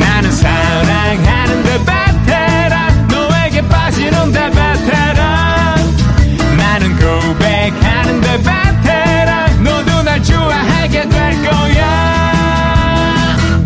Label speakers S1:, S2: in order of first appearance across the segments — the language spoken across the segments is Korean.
S1: 나는 사랑하는데 그 베테랑 너에게 빠지는데 베테랑 나는 고백하는데 그 베테랑 너도 날 좋아하게 될 거야.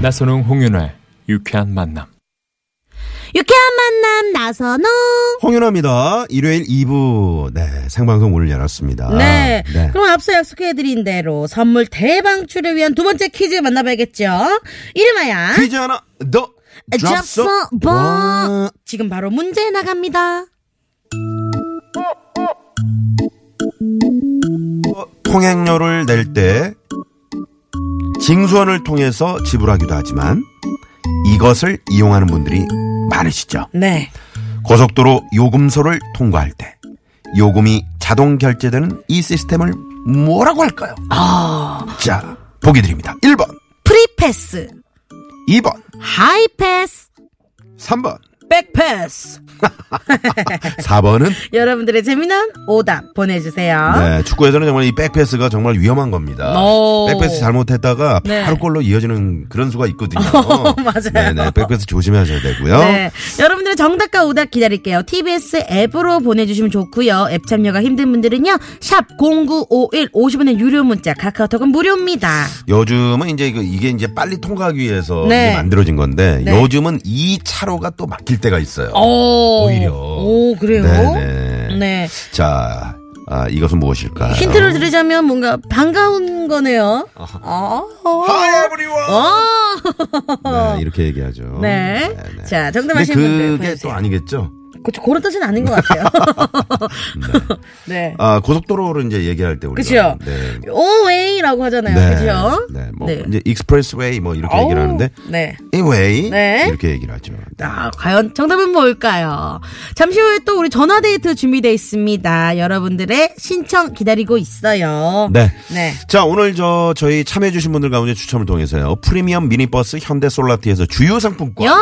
S1: 나선홍 홍윤아의 유쾌한 만남.
S2: 유쾌한 만남 나선홍.
S3: 홍윤아입니다. 일요일 2부. 네, 생방송 문을 열었습니다.
S2: 네.
S3: 네.
S2: 그럼 앞서 약속해드린 대로 선물 대방출을 위한 두 번째 퀴즈 만나봐야겠죠. 이름하여.
S3: 퀴즈 하나 더.
S2: 그 잡서
S3: 와.
S2: 버 지금 바로 문제 나갑니다.
S3: 통행료를 낼 때 징수원을 통해서 지불하기도 하지만 이것을 이용하는 분들이 많으시죠.
S2: 네.
S3: 고속도로 요금소를 통과할 때 요금이 자동 결제되는 이 시스템을 뭐라고 할까요?
S2: 아
S3: 자, 보기 드립니다. 1번,
S2: 프리패스,
S3: 2번,
S2: 하이패스,
S3: 3번,
S2: 백패스.
S3: 4번은
S2: 여러분들의 재미난 오답 보내주세요.
S3: 네, 축구에서는 정말 이 백패스가 정말 위험한 겁니다.
S2: 오.
S3: 백패스 잘못했다가
S2: 어. 네.
S3: 바로 골로 이어지는 그런 수가 있거든요.
S2: 맞아요.
S3: 네네, 백패스 조심하셔야 되고요.
S2: 네. 여러분들의 정답과 오답 기다릴게요. TBS 앱으로 보내주시면 좋고요. 앱 참여가 힘든 분들은요. 샵 0951 50원의 유료 문자 카카오톡은 무료입니다.
S3: 요즘은 이제 이거- 이게 이제 빨리 통과하기 위해서
S2: 네.
S3: 이게 만들어진 건데
S2: 네.
S3: 요즘은 이 차로가 또 막힐 때가 있어요.
S2: 오,
S3: 오히려.
S2: 오 그래요?
S3: 네네.
S2: 네.
S3: 자, 아, 이것은 무엇일까요?
S2: 힌트를 드리자면 뭔가 반가운 거네요. 어.
S3: Hi everyone. 네, 이렇게 얘기하죠.
S2: 네. 자, 정답
S3: 근데
S2: 하신 분들
S3: 그게 또
S2: 보내주세요.
S3: 아니겠죠?
S2: 그- 그런 뜻은 아닌 것 같아요. 네.
S3: 아, 고속도로를 이제 얘기할 때 우리가
S2: 그쵸.
S3: 네.
S2: 오웨이라고 하잖아요. 그죠?
S3: 네, 뭐
S2: 네.
S3: 이제 익스프레스웨이 뭐 이렇게
S2: 어우,
S3: 얘기를 하는데
S2: 네.
S3: 이웨이
S2: 네.
S3: 이렇게 얘기를 하죠.
S2: 아, 과연 정답은 뭘까요? 잠시 후에 또 우리 전화데이트 준비되어 있습니다. 여러분들의 신청 기다리고 있어요.
S3: 네.
S2: 네.
S3: 자, 오늘 저 저희 참여해 주신 분들 가운데 추첨을 통해서요. 프리미엄 미니버스 현대 솔라티에서 주요 상품권
S2: 영!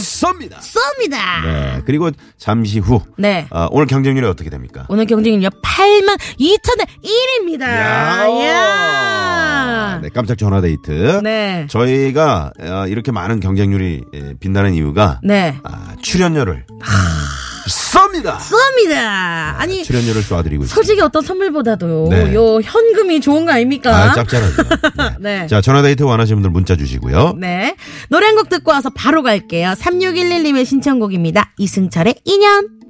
S3: 쏩니다.
S2: 쏩니다!
S3: 네. 그리고 잠시 후
S2: 네.
S3: 아, 오늘 경쟁률이 어떻게 됩니까?
S2: 오늘 경쟁률요 8만 2천에 1입니다. 야!
S3: 네, 깜짝 전화 데이트.
S2: 네.
S3: 저희가 어, 이렇게 많은 경쟁률이 예, 빛나는 이유가
S2: 네.
S3: 아, 출연료를 쏩니다.
S2: 쏩니다! 아니,
S3: 출연료를 쏴드리고 있습니다.
S2: 솔직히 어떤 선물보다도
S3: 네.
S2: 요 현금이 좋은 거 아닙니까?
S3: 아, 짭짤하죠. 네.
S2: 네.
S3: 자, 전화데이트 원하시는 분들 문자 주시고요.
S2: 네. 노래 한 곡 듣고 와서 바로 갈게요. 3611님의 신청곡입니다. 이승철의 인연.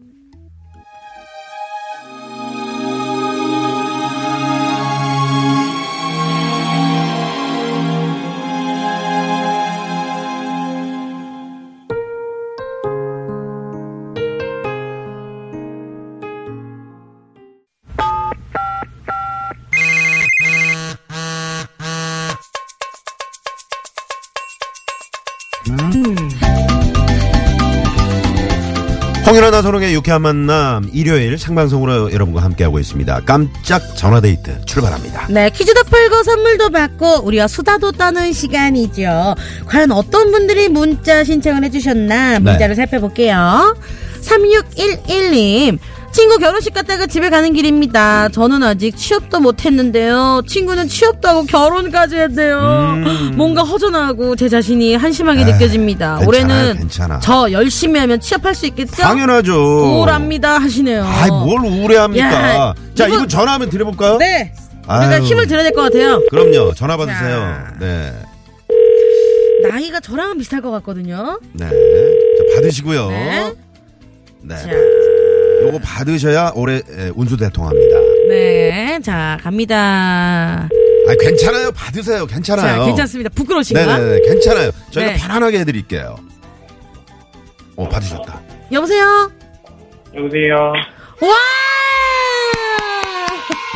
S3: 홍윤아 나선홍의 유쾌한 만남 일요일 생방송으로 여러분과 함께하고 있습니다. 깜짝 전화데이트 출발합니다.
S2: 네, 퀴즈도 풀고 선물도 받고 우리와 수다도 떠는 시간이죠. 과연 어떤 분들이 문자 신청을
S3: 네.
S2: 해주셨나 문자를 살펴볼게요. 3611님. 친구 결혼식 갔다가 집에 가는 길입니다. 저는 아직 취업도 못했는데요. 친구는 취업도 하고 결혼까지 했대요. 뭔가 허전하고 제 자신이 한심하게 느껴집니다.
S3: 음. 괜찮아요,
S2: 올해는
S3: 괜찮아.
S2: 저 열심히 하면 취업할 수 있겠죠?
S3: 당연하죠.
S2: 우울합니다 하시네요.
S3: 아이, 뭘 우울해합니까?
S2: 야,
S3: 자,
S2: 이분-
S3: 이분 전화 한번 드려볼까요?
S2: 네, 우리가
S3: 아유.
S2: 힘을 드려야 될 것 같아요.
S3: 그럼요. 전화 받으세요.
S2: 자.
S3: 네.
S2: 나이가 저랑 비슷할 것 같거든요.
S3: 네. 자, 받으시고요.
S2: 네.
S3: 네.
S2: 자,
S3: 요거 받으셔야 올해 예, 운수 대통합니다.
S2: 네, 자 갑니다.
S3: 아, 괜찮아요. 받으세요. 괜찮아요.
S2: 자, 괜찮습니다. 부끄러우신가?
S3: 네네 괜찮아요. 저희가
S2: 네.
S3: 편안하게 해드릴게요. 어 받으셨다.
S2: 여보세요.
S4: 여보세요.
S2: 와!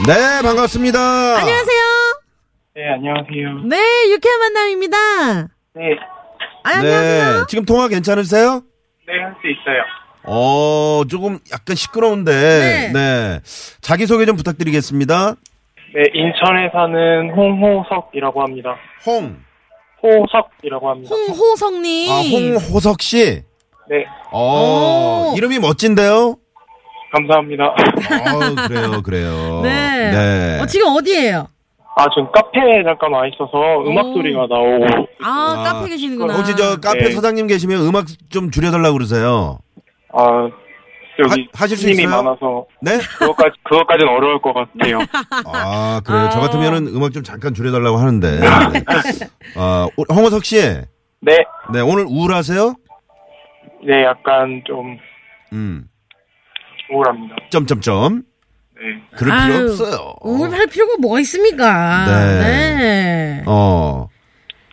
S3: 네 반갑습니다.
S2: 안녕하세요.
S4: 네, 안녕하세요.
S2: 네, 유쾌한 만남입니다.
S4: 네,
S2: 아, 안녕하세요.
S3: 네 지금 통화 괜찮으세요?
S4: 네, 할 수 있어요.
S3: 어 조금 약간 시끄러운데
S2: 네.
S3: 네 자기 소개 좀 부탁드리겠습니다.
S4: 네, 인천에 사는 홍호석이라고 합니다.
S3: 홍.
S4: 호석이라고 합니다.
S2: 홍호성님.
S3: 아, 홍호석 씨.
S4: 네,
S3: 어,
S2: 오.
S3: 이름이 멋진데요?
S4: 감사합니다.
S3: 어, 그래요, 그래요.
S2: 네.
S3: 네.
S2: 어, 지금 어디에요?
S4: 아, 지금 카페에 잠깐 와 있어서
S2: 오.
S4: 음악 소리가 나오고.
S2: 아,
S3: 아,
S2: 카페 계시는구나.
S3: 혹시 저 카페
S4: 네.
S3: 사장님 계시면 음악 좀 줄여달라고 그러세요?
S4: 아, 여기
S3: 하- 하실 수
S4: 손님이
S3: 있어요?
S4: 많아서
S3: 네?
S4: 그것까지 그것까지는 어려울 것 같아요.
S3: 아, 그래요. 저
S2: 아.
S3: 같으면은 음악 좀 잠깐 줄여달라고 하는데. 네. 아, 오- 홍호석 씨. 네,
S4: 네,
S3: 오늘 우울하세요?
S4: 네, 약간 좀
S3: 음.
S4: 우울합니다.
S3: 점점점.
S4: 네,
S3: 그럴
S2: 아유,
S3: 필요 없어요.
S2: 우울할 필요가 뭐가 있습니까?
S3: 네.
S2: 네.
S3: 어.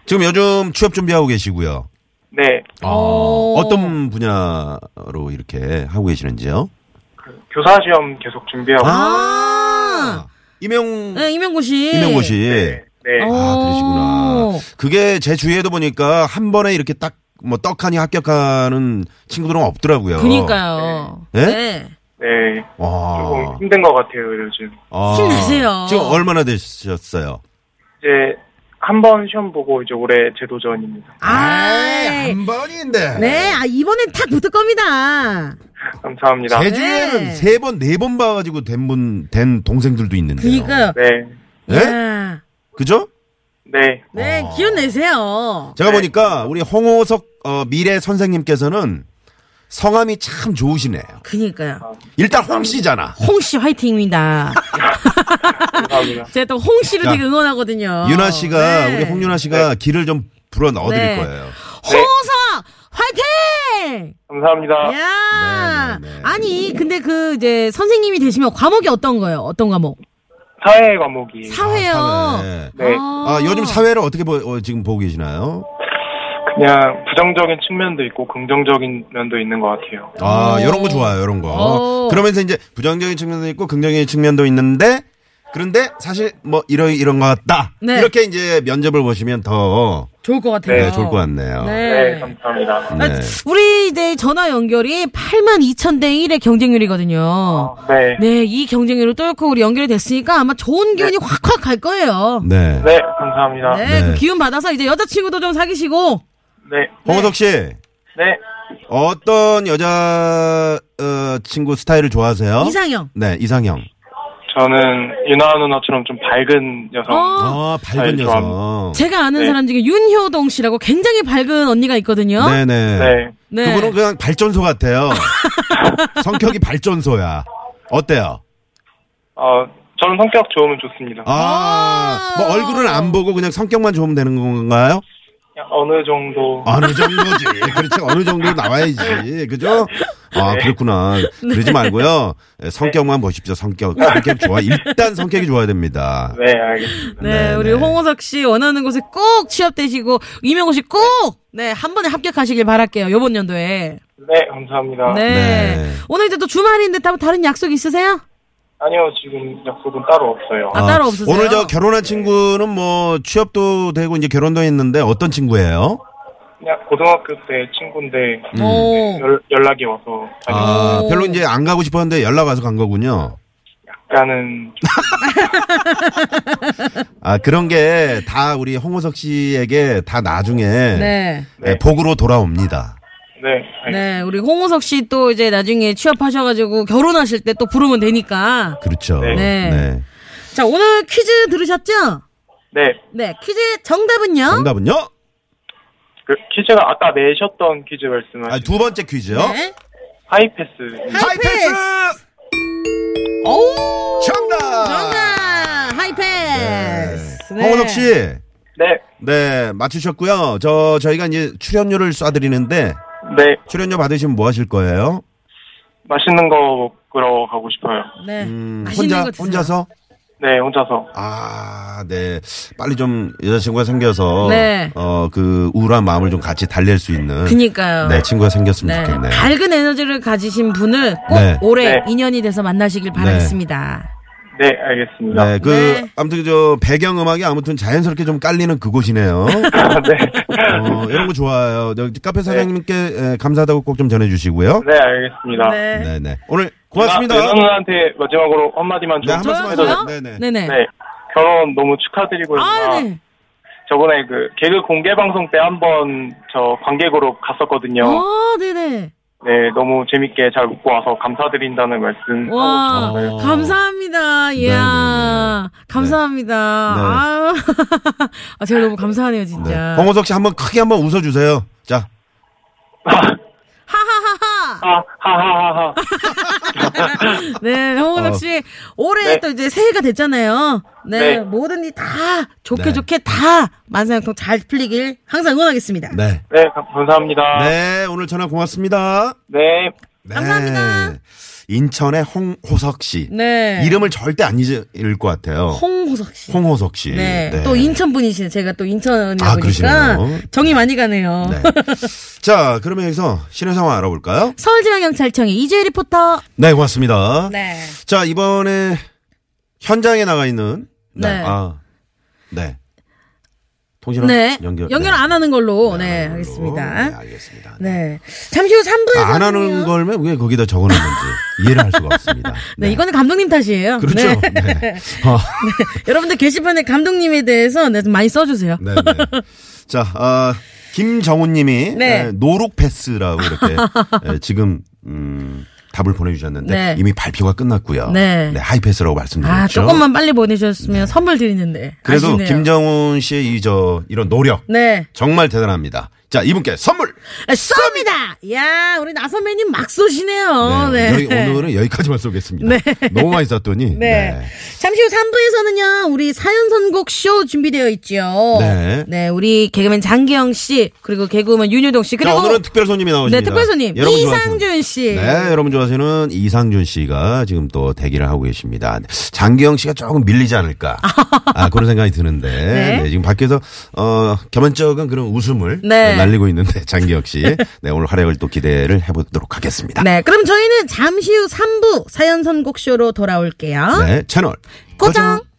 S3: 지금 요즘 취업 준비하고 계시고요.
S4: 네,
S3: 아,
S2: 오.
S3: 어떤 분야로 이렇게 하고 계시는지요?
S4: 그 교사 시험 계속 준비하고.
S2: 아.
S3: 임용
S2: 네, 이명고 씨.
S3: 임용고 씨.
S4: 네,
S2: 어.
S3: 아, 그러시구나.
S2: 오.
S3: 그게 제 주위에도 보니까 한 번에 이렇게 딱 뭐 떡하니 합격하는 친구들은 없더라고요.
S2: 그니까요.
S3: 네.
S4: 네,
S3: 아.
S4: 조금
S3: 와.
S4: 힘든 것 같아요 요즘.
S3: 아.
S2: 힘내세요.
S3: 지금 얼마나 되셨어요?
S4: 이제 한 번 시험 보고 이제 올해 재도전입니다.
S2: 아.
S3: 번인데.
S2: 네, 아, 이번엔 탁 붙을 겁니다.
S4: 감사합니다.
S3: 제 주위에는
S2: 네.
S3: 세 번, 네 번 봐가지고 된 분, 된 동생들도 있는데요.
S2: 그니까요.
S4: 네,
S3: 네? 어.
S2: 야.
S3: 그죠?
S4: 네,
S2: 네, 기운 내세요.
S3: 제가
S4: 네.
S3: 보니까 우리 홍호석 어, 미래 선생님께서는 성함이 참 좋으시네요.
S2: 그니까요.
S3: 일단 홍 씨잖아.
S2: 홍씨 화이팅입니다.
S4: 감사합니다.
S2: 제가 또 홍씨를
S3: 야.
S2: 되게 응원하거든요.
S3: 윤아 씨가
S2: 네.
S3: 우리 홍윤아 씨가 길을 좀 불어 넣어드릴
S2: 네.
S3: 거예요.
S2: 홍석 화이팅!
S4: 감사합니다.
S2: 예. 야
S3: 네, 네, 네.
S2: 아니 근데 그 이제 선생님이 되시면 과목이 어떤 거예요? 어떤 과목?
S4: 사회 과목이
S2: 사회요.
S3: 아, 사회.
S4: 네.
S2: 어.
S3: 아, 요즘 사회를 어떻게 보, 어, 지금 보고 계시나요?
S4: 그냥 부정적인 측면도 있고 긍정적인 면도 있는 것 같아요.
S3: 아,
S2: 오.
S3: 이런 거 좋아요, 이런 거.
S2: 오.
S3: 그러면서 이제 부정적인 측면도 있고 긍정적인 측면도 있는데 그런데 사실 뭐 이런 이런 것 같다.
S2: 네.
S3: 이렇게 이제 면접을 보시면 더
S2: 좋을 것 같아요.
S3: 네, 좋을 것 같네요. 네.
S4: 네, 감사합니다.
S2: 아, 우리 이제 전화 연결이 8만 2천 대 1의 경쟁률이거든요.
S3: 아.
S4: 네, 네,
S2: 네, 이 경쟁률을 뚫고 우리 연결이 됐으니까 아마 좋은 기운이 확확 갈 거예요.
S3: 네.
S4: 감사합니다.
S2: 네,
S3: 네.
S2: 그 기운 받아서 이제 여자친구도 좀 사귀시고.
S4: 네,
S3: 홍호석 씨
S4: 네.
S3: 어떤 여자 어, 친구 스타일을 좋아하세요?
S2: 이상형.
S3: 네, 이상형.
S4: 저는 유나 누나처럼 좀 밝은 여성.
S2: 어,
S3: 아, 밝은
S4: 스타일
S3: 여성.
S2: 제가 아는
S4: 네.
S2: 사람 중에 윤효동 씨라고 굉장히 밝은 언니가 있거든요.
S3: 네, 네.
S4: 네.
S2: 네.
S3: 그분은 그냥 발전소 같아요. 성격이 발전소야. 어때요?
S4: 어, 저는 성격 좋으면 좋습니다.
S3: 아,
S2: 아.
S3: 뭐 얼굴은 안 보고 그냥 성격만 좋으면 되는 건가요?
S4: 그냥 어느 정도.
S3: 어느 정도지. 그렇지. 그렇죠. 어느 정도 나와야지. 그죠? 아, 그렇구나. 그러지 말고요. 예, 성격만 보십시오. 성격. 성격 좋아. 일단 성격이 좋아야 됩니다.
S4: 네, 알겠습니다.
S2: 네,
S3: 네,
S2: 우리
S3: 네.
S2: 홍호석 씨 원하는 곳에 꼭 취업되시고 이명호 씨 꼭 네, 한 번에 합격하시길 바랄게요. 요번 연도에.
S4: 네, 감사합니다.
S2: 네.
S3: 네.
S2: 오늘 이제 또 주말인데 따로 다른 약속 있으세요?
S4: 아니요, 지금 약속은 따로 없어요.
S2: 아, 따로 없으세요?
S3: 오늘 저 결혼한 친구는 뭐 취업도 되고 이제 결혼도 했는데 어떤 친구예요?
S4: 그냥 고등학교 때 친구인데
S3: 음.
S2: 오.
S4: 연, 연락이 와서
S3: 아,
S2: 오.
S3: 별로 이제 안 가고 싶었는데 연락 와서 간 거군요.
S4: 약간은 좀-
S3: 아, 그런 게 다 우리 홍호석 씨에게 다 나중에
S2: 네.
S3: 예, 복으로 돌아옵니다.
S4: 네, 알겠습니다.
S2: 네, 우리 홍호석 씨 또 이제 나중에 취업하셔가지고 결혼하실 때 또 부르면 되니까.
S3: 그렇죠.
S4: 네.
S2: 네. 자, 오늘 퀴즈 들으셨죠?
S4: 네.
S2: 네, 퀴즈 정답은요?
S3: 정답은요?
S4: 그 퀴즈가 아까 내셨던 퀴즈
S3: 아,
S4: 말씀하신
S3: 두 번째 퀴즈요.
S2: 네.
S4: 하이패스.
S3: 하이패스!
S2: 오!
S3: 정답!
S2: 정답! 하이패스!
S3: 네. 홍호석 씨,
S4: 네,
S3: 네, 맞추셨고요. 저, 저희가 이제 출연료를 쏴드리는데,
S4: 네.
S3: 출연료 받으시면 뭐 하실 거예요?
S4: 맛있는 거 먹으러 가고 싶어요.
S2: 네.
S3: 음,
S2: 맛있는
S3: 혼자,
S2: 거 드세요.
S3: 혼자서?
S4: 네, 혼자서.
S3: 아, 네. 빨리 좀 여자친구가 생겨서,
S2: 네.
S3: 어, 그 우울한 마음을 좀 같이 달랠 수 있는.
S2: 그니까요.
S3: 네, 친구가 생겼으면
S2: 네.
S3: 좋겠네요.
S2: 밝은 에너지를 가지신 분을 꼭
S3: 네.
S2: 올해
S4: 네.
S2: 인연이 돼서 만나시길 바라겠습니다.
S4: 네, 알겠습니다.
S3: 네, 그,
S2: 네.
S3: 아무튼 저 배경음악이 아무튼 자연스럽게 좀 깔리는 그곳이네요. 어, 이런 거 좋아요. 여기 카페 사장님께 에, 감사하다고 꼭 좀 전해주시고요.
S4: 네, 알겠습니다.
S3: 네네. 오늘 고맙습니다.
S4: 누나, 누나한테 마지막으로 한마디만 좀
S3: 네, 한 말씀
S2: 저요?
S3: 해주세요.
S2: 저요?
S3: 네네.
S2: 네네.
S4: 네. 결혼 너무 축하드리고요.
S2: 아, 네.
S4: 저번에 그 개그 공개 방송 때 한 번 저 관객으로 갔었거든요.
S2: 아, 네네.
S4: 네, 너무 재밌게 잘 웃고 와서 감사드린다는 말씀.
S2: 와,
S3: 어.
S2: 감사합니다.
S3: 네,
S2: 이야, 감사합니다. 아유. 아, 제가 너무 감사하네요,
S3: 네.
S2: 진짜.
S3: 홍호석 씨 한번 크게 한번 웃어주세요. 자,
S2: 하하하하.
S4: 아, 하하하하.
S2: 네, 홍은혁
S3: 어.
S2: 씨 올해
S4: 네.
S2: 또 이제 새해가 됐잖아요. 네,
S4: 네.
S2: 모든 일다 좋게
S3: 네.
S2: 좋게 다 만사형통 잘 풀리길 항상 응원하겠습니다.
S3: 네.
S4: 네, 감- 감사합니다.
S3: 네, 오늘 전화 고맙습니다.
S4: 네.
S3: 네.
S2: 감사합니다.
S3: 인천의 홍호석 씨.
S2: 네.
S3: 이름을 절대 안 잊을 것 같아요.
S2: 홍호석 씨.
S3: 홍... 호석 씨.
S2: 네. 또 인천 분이시네. 제가 또 인천이다 보니까
S3: 아, 그러시네요.
S2: 정이 많이 가네요.
S3: 네. 자, 그러면 여기서 신의 상황 알아볼까요?
S2: 서울지방경찰청의 이주혜 리포터.
S3: 네, 고맙습니다.
S2: 네.
S3: 자, 이번에 현장에 나가 있는 네.
S2: 네.
S3: 아. 네. 통신원
S2: 네.
S3: 연결
S2: 연결, 안 하는 걸로. 네,
S3: 안 하는 걸로.
S2: 알겠습니다.
S3: 네, 알겠습니다. 아,
S2: 네. 잠시 후 3부에서.
S3: 안 하는 걸면 왜 거기다 적어 놨는지 이해를 할 수가 없습니다.
S2: 네, 이거는 감독님 탓이에요.
S3: 그렇죠.
S2: 네.
S3: 네. 어,
S2: 여러분들 게시판에 감독님에 대해서 네, 좀 많이 써주세요.
S3: 네, 네. 자, 아, 김정훈님이
S2: 네.
S3: 에, 노룩 패스라고 이렇게 에, 지금 음, 답을 보내주셨는데
S2: 네.
S3: 이미 발표가 끝났고요.
S2: 네.
S3: 하이 패스라고 말씀드렸죠.
S2: 아, 조금만 빨리 보내주셨으면 선물 드리는데.
S3: 그렇죠. 그래도
S2: 아쉽네요.
S3: 김정훈 씨의 이저 이런 노력
S2: 네. 아,
S3: 정말 대단합니다. 자, 이분께 선물.
S2: 쏩니다! 야 우리 나선배님 막 쏘시네요. 네.
S3: 여기, 오늘은 여기까지만 쏘겠습니다. 너무 많이 쐈더니.
S2: 네.
S3: 네.
S2: 잠시 후 3부에서는요, 우리 사연 선곡 쇼 준비되어 있지요.
S3: 네.
S2: 우리 개그맨 장기영 씨, 그리고 개그우먼 윤효동 씨,
S3: 자,
S2: 그리고.
S3: 오늘은 특별 손님이 나오십니다.
S2: 네, 특별 손님.
S3: 여러분 좋아하시는-
S2: 이상준 씨.
S3: 네, 여러분 좋아하시는 이상준 씨가 지금 또 대기를 하고 계십니다. 장기영 씨가 조금 밀리지 않을까. 아, 그런 생각이 드는데.
S2: 네.
S3: 네, 지금 밖에서, 어, 겸연쩍은 그런 웃음을
S2: 네.
S3: 날리고 있는데, 장기영 씨. 네, 오늘 활약을 또 기대를 해보도록 하겠습니다.
S2: 네, 그럼 저희는 잠시 후 3부 사연 선곡 쇼로 돌아올게요.
S3: 네, 채널.
S2: 고정.